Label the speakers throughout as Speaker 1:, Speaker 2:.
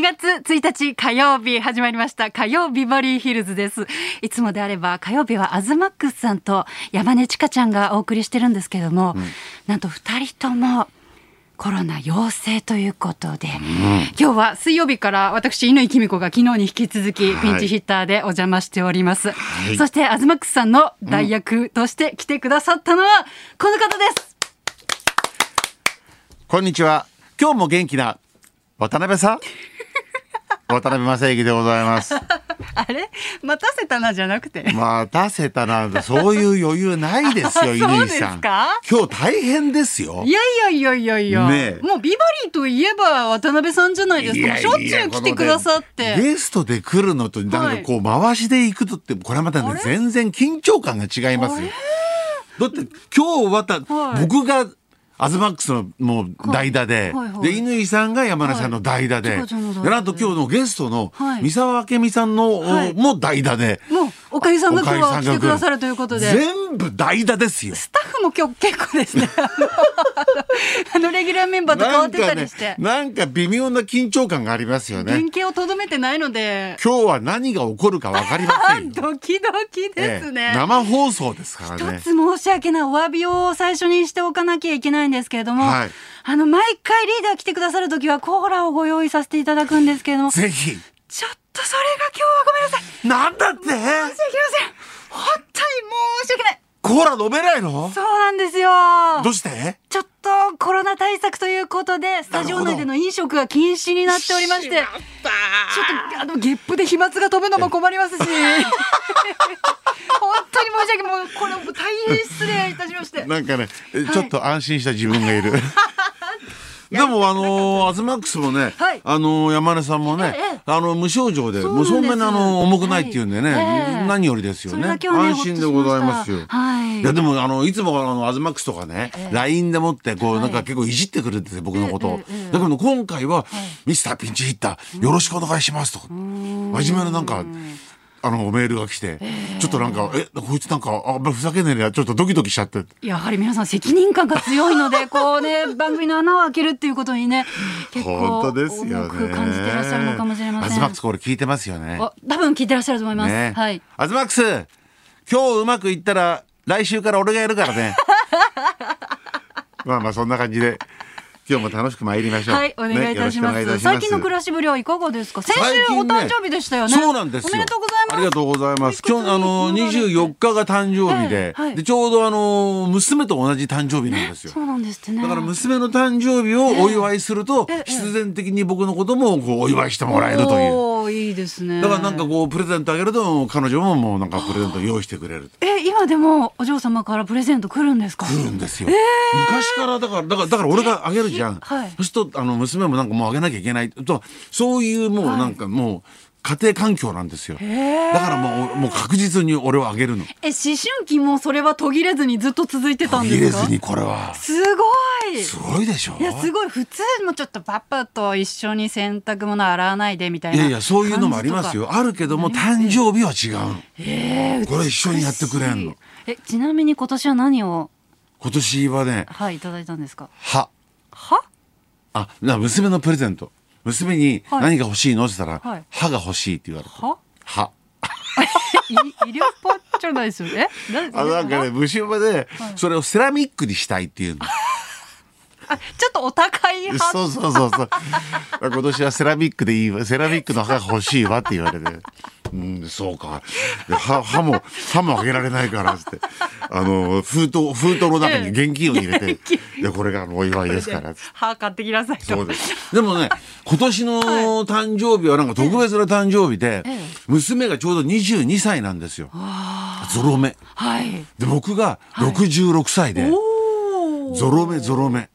Speaker 1: 月1日火曜日始まりました火曜ビバリーヒルズですいつもであれば火曜日はアズマックスさんと山根千佳ちゃんがお送りしてるんですけども、なんと2人ともコロナ陽性ということで、今日は水曜日から私乾き美子が昨日に引き続き
Speaker 2: はい
Speaker 1: ピンチヒッターでお邪魔しております、
Speaker 2: い
Speaker 1: そしてアズマックスさんの代役として来てくださったのはこの方です、
Speaker 2: こんにちは。今日も元気な渡 辺さん。渡辺正行でございます。
Speaker 1: あれ待たせたなじゃなくて
Speaker 2: まあ、出せたなんて、そういう余裕ないですよ、
Speaker 1: あ
Speaker 2: 乾さ
Speaker 1: そうです
Speaker 2: ん。
Speaker 1: か
Speaker 2: 今日大変ですよ
Speaker 1: い。やいやいやいやいや、
Speaker 2: ねえ
Speaker 1: もうビバリーといえば渡辺さんじゃないですか。もうしょっ
Speaker 2: い
Speaker 1: ち
Speaker 2: や
Speaker 1: ゅ
Speaker 2: いうや
Speaker 1: 来てくださって。
Speaker 2: このねゲストで来るのと、なんかこう、回しで行くとって、これまたね、全然緊張感が違いますよ。だって、今日また、
Speaker 1: はい
Speaker 2: 僕が、アズマックスのもう代打で、
Speaker 1: はいはいはい
Speaker 2: で乾さんが山根さんの代打で、
Speaker 1: はいちょこちょこ代打で
Speaker 2: でなんと今日のゲストの
Speaker 1: はい
Speaker 2: 三沢明美さんの、
Speaker 1: はい
Speaker 2: も代打で、
Speaker 1: もうおかゆさんが今日
Speaker 2: おか
Speaker 1: は
Speaker 2: ゆ
Speaker 1: 来
Speaker 2: さん
Speaker 1: て
Speaker 2: が来る
Speaker 1: くださるということで。
Speaker 2: 全部代打ですよ。
Speaker 1: スタッフも今日結構 ですね。あのレギュラーメンバーと変わってたりして。
Speaker 2: なんか微妙な緊張感がありますよ
Speaker 1: 原
Speaker 2: ね。
Speaker 1: 型をとどめてないので。
Speaker 2: 今日は何が起こるかわかりま
Speaker 1: あ。
Speaker 2: せんよ
Speaker 1: ドキドキです
Speaker 2: え
Speaker 1: ね。
Speaker 2: え生放送ですから
Speaker 1: 一
Speaker 2: ね
Speaker 1: つ。申し訳ないお詫びを最初にしておかなきゃいけないんですけれども、
Speaker 2: はい
Speaker 1: あの毎回リーダー来てくださるときはコーラをご用意させていただくんですけれども、ちょっ
Speaker 2: ぜひ。
Speaker 1: とそれが今日はごめんなさい。
Speaker 2: なんだっ
Speaker 1: 申
Speaker 2: て
Speaker 1: し訳ありません本当に申し訳ない
Speaker 2: コーラ飲めないの
Speaker 1: そうなんですよ
Speaker 2: どうして
Speaker 1: ちょっとコロナ対策ということでスタジオ内での飲食が禁止になっておりましてちょっとあのゲップで飛沫が飛ぶのも困りますし本当に申し訳もうこれも大変失礼いたしまして
Speaker 2: なんかね、えちょっと安心した自分 がいる。でもあのーアズマックスもね、
Speaker 1: はい
Speaker 2: あのー山根さんもね、
Speaker 1: ええ
Speaker 2: あの無症状で
Speaker 1: そうなん
Speaker 2: もう
Speaker 1: です
Speaker 2: そんなにあの重くないっていうんでね、
Speaker 1: はいええ
Speaker 2: 何よりですよ
Speaker 1: それ
Speaker 2: ね
Speaker 1: だけはね
Speaker 2: 安心でございますよ
Speaker 1: ほっとしましたはい
Speaker 2: やでもあのいつもあのアズマックスとかね、LINE でもってこうなんか結構いじってくるんですよ、僕のことを、
Speaker 1: ええええ
Speaker 2: だけど今回は、ミスターピンチヒッターよろしくお願いします」とか真面目ななんかあのメールが来て、ちょっとなんか「えこいつなんかあんまりふざけねえやちょっとドキドキしちゃって」
Speaker 1: やはり皆さん責任感が強いのでこうね番組の穴を開けるっていうことにね結構
Speaker 2: 本当
Speaker 1: 重
Speaker 2: ですよね。
Speaker 1: く感じてらっしゃるのかもしれま
Speaker 2: ア
Speaker 1: せ
Speaker 2: ズ
Speaker 1: ん
Speaker 2: マックスこれ聞いてますよね。
Speaker 1: あ多分聞いてらっしゃると思います、
Speaker 2: ね。
Speaker 1: はい
Speaker 2: アズマックス、今日うまくいったら来週から俺がやるから ね。まあまあそんな感じで今日も楽しく参りましょう。
Speaker 1: はい、お願いいたします。
Speaker 2: ねよろくお願
Speaker 1: 最
Speaker 2: いいたし
Speaker 1: 近の暮らしぶりはいかがですか。先週
Speaker 2: 最
Speaker 1: お
Speaker 2: 近ね
Speaker 1: 誕生日でしたよね。
Speaker 2: そうなんですよ。
Speaker 1: おめでとうございます。
Speaker 2: ありがとうございます。今日あの二十四日が誕生日で、
Speaker 1: ええはい
Speaker 2: でちょうどあの娘と同じ誕生日なんですよ。
Speaker 1: そうなんですってね。
Speaker 2: だから娘の誕生日をお祝いすると、
Speaker 1: ええええ
Speaker 2: 必然的に僕のこともこうお祝いしてもらえるという。
Speaker 1: おーいいですね。
Speaker 2: だからなんかこうプレゼントあげると彼女ももうなんかプレゼント用意してくれる
Speaker 1: え、今でもお嬢様からプレゼント来るんですか。
Speaker 2: 来るんですよ、昔からだからだからだから俺があげるじゃん、
Speaker 1: はい
Speaker 2: そうするとあの娘もなんかもうあげなきゃいけないとそういうもうなんかもう家庭環境なんですよ、
Speaker 1: へー
Speaker 2: だからもうもう確実に俺はあげるの
Speaker 1: え、思春期もそれは途切れずにずっと続いてたん
Speaker 2: 入
Speaker 1: で
Speaker 2: れ
Speaker 1: すか
Speaker 2: ず。にこれは
Speaker 1: すごい。
Speaker 2: すごいでしょ
Speaker 1: いやすごい普通もちょっとパパと一緒に洗濯物洗わないでみたい
Speaker 2: い
Speaker 1: な
Speaker 2: やいやそういうのもありますよあるけども誕生日は違うの
Speaker 1: え
Speaker 2: これ一緒にやってくれんの
Speaker 1: えちなみに今年は何を
Speaker 2: 今年はね
Speaker 1: はいいただいたんですか
Speaker 2: 歯
Speaker 1: は
Speaker 2: あ、な娘のプレゼント。娘に
Speaker 1: はい
Speaker 2: 何が欲しいのって言ったら、
Speaker 1: はい
Speaker 2: 歯が欲しいって言われた。
Speaker 1: は
Speaker 2: 歯。
Speaker 1: い 医療法じゃないですよね。えな
Speaker 2: あ、なんかね、虫歯で、それをセラミックにしたいっていうの。
Speaker 1: あちょっとお高い派
Speaker 2: そうそうそう そう。今年はセラミックでいいわ。セラミックの歯が欲しいわって言われて。うん、そうか。で歯、歯も、歯もあげられないから、つって。あの、封筒、封筒の中に現金を入れ て
Speaker 1: 現金、
Speaker 2: で、これがお祝いですから、つって
Speaker 1: 歯買ってきなさいと。
Speaker 2: そうです。でもね、今年の誕生日はなんか特別な誕生日で
Speaker 1: ええ、
Speaker 2: 娘がちょうど22歳なんですよ。ゾロ目。
Speaker 1: はい。
Speaker 2: で、僕が66歳で、
Speaker 1: おお。
Speaker 2: ゾロ目ゾ ロ目。。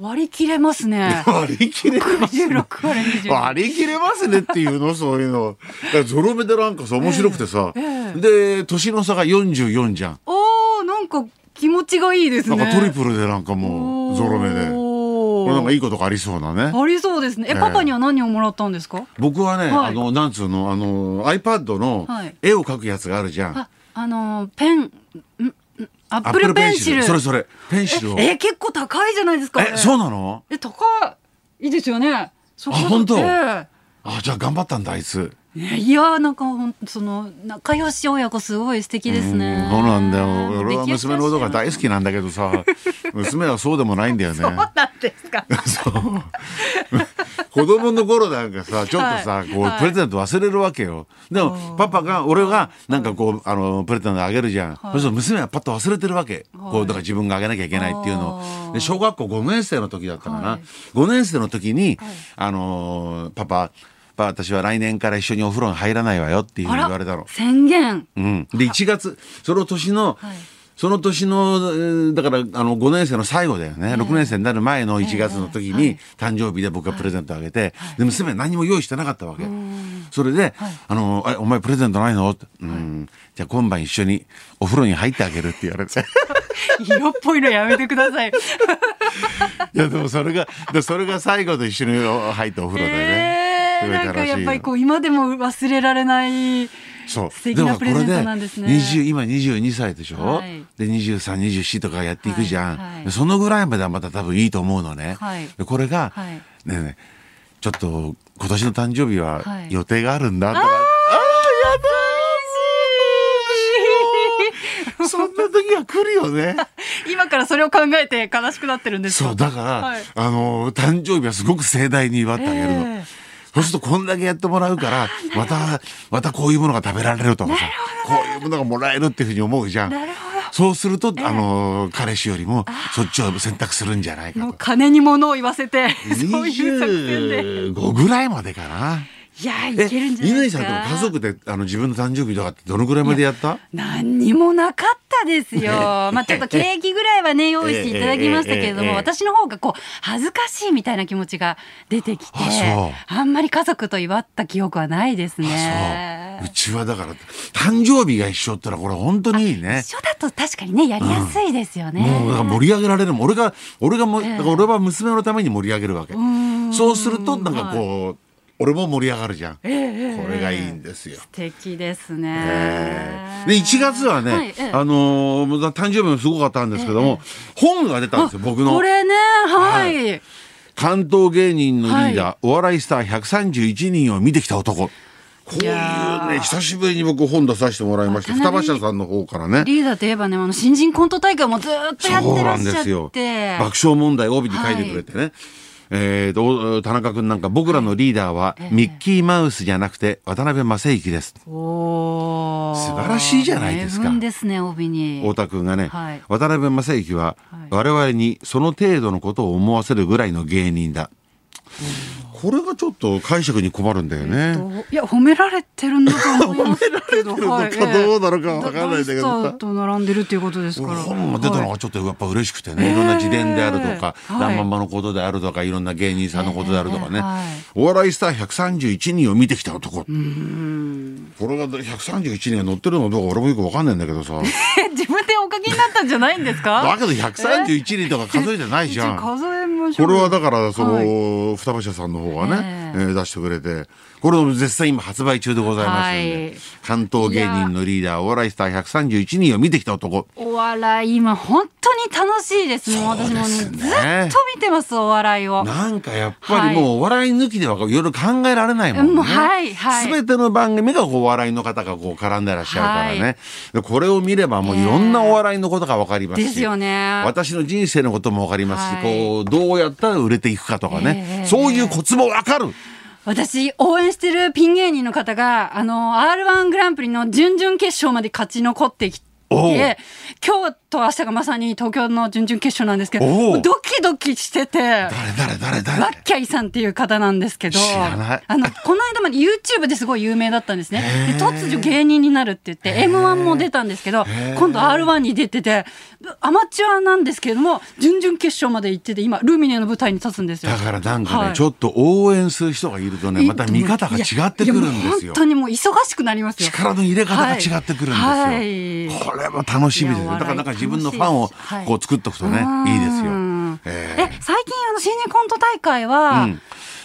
Speaker 1: 割り切れますね
Speaker 2: 割り切れます
Speaker 1: 十
Speaker 2: ね。
Speaker 1: 六割二十。
Speaker 2: 割り切れますねっていう の、そういうの。だからゾロ目でなんかさ、面白くてさ、
Speaker 1: え
Speaker 2: で、年の差が44じゃん。
Speaker 1: おおなんか気持ちがいいです
Speaker 2: な
Speaker 1: ね。
Speaker 2: んかトリプルでなんかもう、ゾロ目で。こ
Speaker 1: おー
Speaker 2: れなんかいいことがありそうだね。
Speaker 1: ありそうですね。え
Speaker 2: ええ
Speaker 1: パパには何をもらったんですか。
Speaker 2: 僕はね、
Speaker 1: はい
Speaker 2: あの、なんつうの、あの、iPad の
Speaker 1: はい
Speaker 2: 絵を描くやつがあるじゃん。
Speaker 1: ああのーペンんんアップルペンシル。
Speaker 2: それそれ。ペンシルを。
Speaker 1: え結構高いじゃないですか。
Speaker 2: え、そう
Speaker 1: う。
Speaker 2: なの
Speaker 1: え高いですよね。あ
Speaker 2: あ本当
Speaker 1: ええ
Speaker 2: あじゃあ頑張ったんだあいつ
Speaker 1: ねいやなんかほんその仲良し親子すごい素敵ですね。
Speaker 2: そうなんだよ俺は娘のことが大好き
Speaker 1: な。
Speaker 2: なんだけ どさ娘はそうでもないんだよね
Speaker 1: そうなんです か。
Speaker 2: そう子供の頃なんかさちょっとさ、
Speaker 1: はい
Speaker 2: こう
Speaker 1: はい
Speaker 2: プレゼント忘れるわけよでもパパが俺がなんかこう、あのプレゼントあげるじゃん、そうすると娘はパッと忘れてるわけ、こうだから自分があげなきゃいけないっていうの
Speaker 1: あー
Speaker 2: をで小学校5年生の時だったかな、
Speaker 1: はい
Speaker 2: 5年生の時に、あのーパパパパ私は来年から一緒にお風呂に入らないわよっていうふうに言われたの。
Speaker 1: 宣言。
Speaker 2: うん、で1月その年の、
Speaker 1: はい
Speaker 2: その年のえーだからあの5年生の最後だよね、6年生になる前の1月の時に、誕生日で僕がプレゼントあげて、で娘は何も用意してなかったわけ、それで、あのあれお前プレゼントないの?」って、うんじゃあ今晩一緒にお風呂に入ってあげる」って言わ れて
Speaker 1: 色っぽいのやめてください。
Speaker 2: いやでもそれがでそれが最後と一緒にお入ってお風呂だよね。
Speaker 1: え
Speaker 2: す
Speaker 1: ー
Speaker 2: ごい
Speaker 1: なんか
Speaker 2: 楽しいよ
Speaker 1: やっぱりこう今でも忘れられない。
Speaker 2: そう
Speaker 1: 素敵なプレゼントなんですね
Speaker 2: もこれ20今22歳でしょ、
Speaker 1: はい
Speaker 2: で2324とかやっていくじゃん、
Speaker 1: はいはい
Speaker 2: でそのぐらいまではまた多分いいと思うのね、
Speaker 1: はい
Speaker 2: でこれが、
Speaker 1: はい
Speaker 2: ねえねえちょっと今年の誕生日は
Speaker 1: はい
Speaker 2: 予定があるんだとか、あーそんな時が来るよね
Speaker 1: 今からそれを考えて悲しくなってるんですか。
Speaker 2: そうだから、
Speaker 1: はい
Speaker 2: あの誕生日はすごく盛大に祝ってあげるの、
Speaker 1: ええ
Speaker 2: そうするとこんだけやってもらうからまたまたこういうものが食べられるとかさこういうものがもらえるっていうふうに思うじゃん
Speaker 1: なるほど。
Speaker 2: そうすると、あの彼氏よりもそっちを選択するんじゃないか
Speaker 1: もう
Speaker 2: と。
Speaker 1: 金に物を言わせて、そういう作戦で。
Speaker 2: 25ぐらいまでかな。
Speaker 1: いや、い
Speaker 2: え、
Speaker 1: けるんじゃないで
Speaker 2: 乾
Speaker 1: す
Speaker 2: さ
Speaker 1: か。
Speaker 2: んとか家族であの自分の誕生日とかってどのぐらいまでやった
Speaker 1: 何にもなかったです よ。まあちょっとケーキぐらいはね、用意していただきましたけれど
Speaker 2: えええええ
Speaker 1: も、
Speaker 2: え
Speaker 1: 私の方がこう、恥ずかしいみたいな気持ちが出てきて
Speaker 2: あそう、
Speaker 1: あんまり家族と祝った記憶はないですね
Speaker 2: そう。う。ちはだから、誕生日が一緒ってのはこれ本当にいいね。
Speaker 1: 一緒だと確かにね、やりやすいですよね。
Speaker 2: もうだから盛り上げられるもん俺が俺がもう、
Speaker 1: ええ
Speaker 2: だから俺は娘のために盛り上げるわけ
Speaker 1: ん
Speaker 2: そうするとなんかこう、俺も盛り上がるじゃん、
Speaker 1: ええ
Speaker 2: これがいいんですよ
Speaker 1: 素敵です
Speaker 2: え
Speaker 1: ね。
Speaker 2: えで1月はね、
Speaker 1: はいええ
Speaker 2: あのーもう誕生日もすごかったんですけども、本が出たんですよ僕の
Speaker 1: これね、はい。
Speaker 2: 関東芸人のリーダー、お笑いスター131人を見てきた男こうい
Speaker 1: いうや
Speaker 2: ね
Speaker 1: ー
Speaker 2: 久しぶりに僕本出させてもらいまして
Speaker 1: 渡
Speaker 2: 双
Speaker 1: 辺
Speaker 2: 葉社さんの方からね
Speaker 1: リーダーといえばね、あの新人コント大会もずっとやってらっしゃって。
Speaker 2: 爆笑問題帯に書いてくれてね、えーと田中君なんか僕らのリーダーは
Speaker 1: はい
Speaker 2: ミッキーマウスじゃなくて渡辺正行です、
Speaker 1: おー
Speaker 2: 素晴らしいじゃないですか
Speaker 1: 名分ですね、帯に。
Speaker 2: 太田君がね、
Speaker 1: はい
Speaker 2: 渡辺正行は
Speaker 1: はい
Speaker 2: 我々にその程度のことを思わせるぐらいの芸人だ、これがちょっと解釈に困るんだよね、
Speaker 1: いや、褒められてるんだと思いますけど。
Speaker 2: 褒められてるのかどうなのかわかんないんだけどさ
Speaker 1: はいええダンスターと並んでるっていうことですから。
Speaker 2: 本が出たの
Speaker 1: はい
Speaker 2: がちょっとやっぱ嬉しくてね、い、ろんな自伝であるとか
Speaker 1: ええ
Speaker 2: 「らんまんま」のことであるとかいろんな芸人さんのことであるとかね、
Speaker 1: ええはい
Speaker 2: お笑いスター131人を見てきた男これが131人が乗ってるのかどうか俺もよく分かんないんだけどさ
Speaker 1: 自分でお書きになったんじゃないんですか。
Speaker 2: だけど131人とか数えてないじ
Speaker 1: じ
Speaker 2: ゃ
Speaker 1: ゃ
Speaker 2: ん。
Speaker 1: 数えましょ
Speaker 2: こ
Speaker 1: う。
Speaker 2: れはだからその、
Speaker 1: はい
Speaker 2: 双葉社さんの方がね、
Speaker 1: ええ
Speaker 2: えー出してくれてこれも絶賛今発売中でございますんで、
Speaker 1: はい
Speaker 2: 関東芸人のリーダーお笑いスター131人を見てきた男
Speaker 1: お笑い、今本当に楽しいです。もう私もね
Speaker 2: そ
Speaker 1: ず
Speaker 2: う
Speaker 1: っ
Speaker 2: で
Speaker 1: と
Speaker 2: すね
Speaker 1: 見てます、お笑いを。
Speaker 2: なんかやっぱりもうお笑い抜きではいろいろ考えられないもん
Speaker 1: も
Speaker 2: ね。
Speaker 1: うはいはい
Speaker 2: 全ての番組がこうお笑いの方がこう絡んでらっしゃるからね。
Speaker 1: は
Speaker 2: でこれを見ればもういろんなお笑いのことがわかりますし。
Speaker 1: ですよね
Speaker 2: 私の人生のこともわかりますし、
Speaker 1: はい
Speaker 2: こうどうやったら売れていくかとかね。
Speaker 1: ええ
Speaker 2: そういうコツもわかる。
Speaker 1: 私、応援してるピン芸人の方が、あの、R1 グランプリの準々決勝まで勝ち残ってきて、
Speaker 2: おう
Speaker 1: 今日と明日がまさに東京の準々決勝なんですけど、
Speaker 2: おう
Speaker 1: もうドキドキしてて、
Speaker 2: 誰誰誰
Speaker 1: ワ
Speaker 2: 誰
Speaker 1: ッキャイさんっていう方なんですけど、
Speaker 2: 知らない
Speaker 1: あの、この間まで YouTube ですごい有名だったんですね
Speaker 2: へー。
Speaker 1: で突如芸人になるって言って、M1 も出たんですけど
Speaker 2: へー、
Speaker 1: 今度 R1 に出てて、アマチュアなんですけれども、準々決勝まで行ってて、今、ルミネの舞台に立つんですよ。
Speaker 2: だからなんかね、
Speaker 1: はい
Speaker 2: ちょっと応援する人がいるとね、また見方が違ってくるんです
Speaker 1: いやいやもう
Speaker 2: よ
Speaker 1: 本。当にもう忙しくなりますよ。
Speaker 2: 力の入れ方が違ってくるんですよ。
Speaker 1: はいはい
Speaker 2: これも楽しみです
Speaker 1: い
Speaker 2: よ。
Speaker 1: やお笑い
Speaker 2: だからなんか自分のファンを
Speaker 1: 楽しいですはい
Speaker 2: こう作っとくとね、
Speaker 1: うん
Speaker 2: いいですよ。
Speaker 1: え、最近
Speaker 2: え
Speaker 1: あの新人コント大会は、
Speaker 2: うん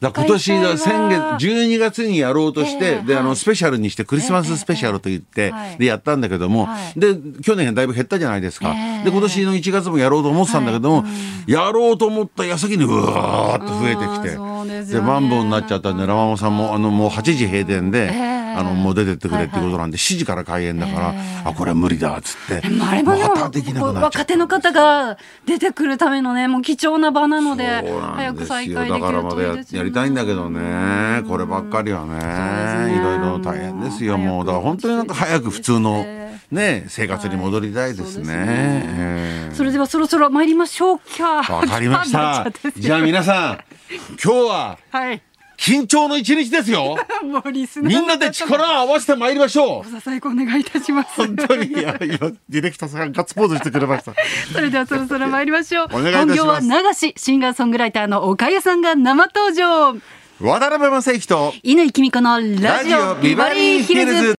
Speaker 2: だから今年
Speaker 1: 開催
Speaker 2: だ
Speaker 1: は
Speaker 2: 先月12月にやろうとして、
Speaker 1: ええ
Speaker 2: であ
Speaker 1: は
Speaker 2: の
Speaker 1: い
Speaker 2: スペシャルにしてクリスマススペシャルと言って、
Speaker 1: ええはい
Speaker 2: でやったんだけども、
Speaker 1: はい
Speaker 2: で去年だいぶ減ったじゃないですか、
Speaker 1: ええ
Speaker 2: で今年の1月もやろうと思ってたんだけども、やろうと思った矢先にうわーっと増えてきて
Speaker 1: あーそうですよねです
Speaker 2: で
Speaker 1: よね。
Speaker 2: マンボウになっちゃったんでラママさんもあのもう8時閉店で、
Speaker 1: え
Speaker 2: あのもう出てってくれっていうことなんで、7時から開演だから、あこれは無理だっつって
Speaker 1: まああれもでも
Speaker 2: またできなくなっちゃ
Speaker 1: 若
Speaker 2: っ
Speaker 1: 手
Speaker 2: た
Speaker 1: の方が出てくるためのねもう貴重な場なので
Speaker 2: そうな
Speaker 1: 早
Speaker 2: ん
Speaker 1: く
Speaker 2: です
Speaker 1: 再
Speaker 2: よ
Speaker 1: 開で
Speaker 2: だ
Speaker 1: き
Speaker 2: か
Speaker 1: る
Speaker 2: らま
Speaker 1: と
Speaker 2: だ
Speaker 1: いい
Speaker 2: や
Speaker 1: ですよね
Speaker 2: やりたいんだけどねこればっかりは
Speaker 1: そうですね
Speaker 2: ねいろいろ大変ですよもうだから本当になんか早く普通のね生活に戻りたいですね。
Speaker 1: はい
Speaker 2: ええ
Speaker 1: それではそろそろ参りましょうか
Speaker 2: わかりまし
Speaker 1: な っちゃ
Speaker 2: た
Speaker 1: ってすいません
Speaker 2: じゃあ皆さん今日は
Speaker 1: はい
Speaker 2: 緊張の一日ですよ
Speaker 1: もうリスナー
Speaker 2: みんなで力を合わせてまいりましょう
Speaker 1: お支えお願いいたします
Speaker 2: 本当にいや今ディレクターさんがガッツポーズしてくれました
Speaker 1: それではそろそろ参りましょう。
Speaker 2: お願いいたし
Speaker 1: 本
Speaker 2: ます
Speaker 1: 業は流し、シンガーソングライターの岡谷さんが生登場。
Speaker 2: 渡辺正行と
Speaker 1: 犬井君子のラ
Speaker 2: ラ
Speaker 1: ジ
Speaker 2: ジ
Speaker 1: オ
Speaker 2: オ
Speaker 1: ビ
Speaker 2: ビ
Speaker 1: バ
Speaker 2: バ
Speaker 1: リ
Speaker 2: リ
Speaker 1: ー
Speaker 2: ー
Speaker 1: ヒ
Speaker 2: ヒ
Speaker 1: ル
Speaker 2: ル
Speaker 1: ズ
Speaker 2: ズ。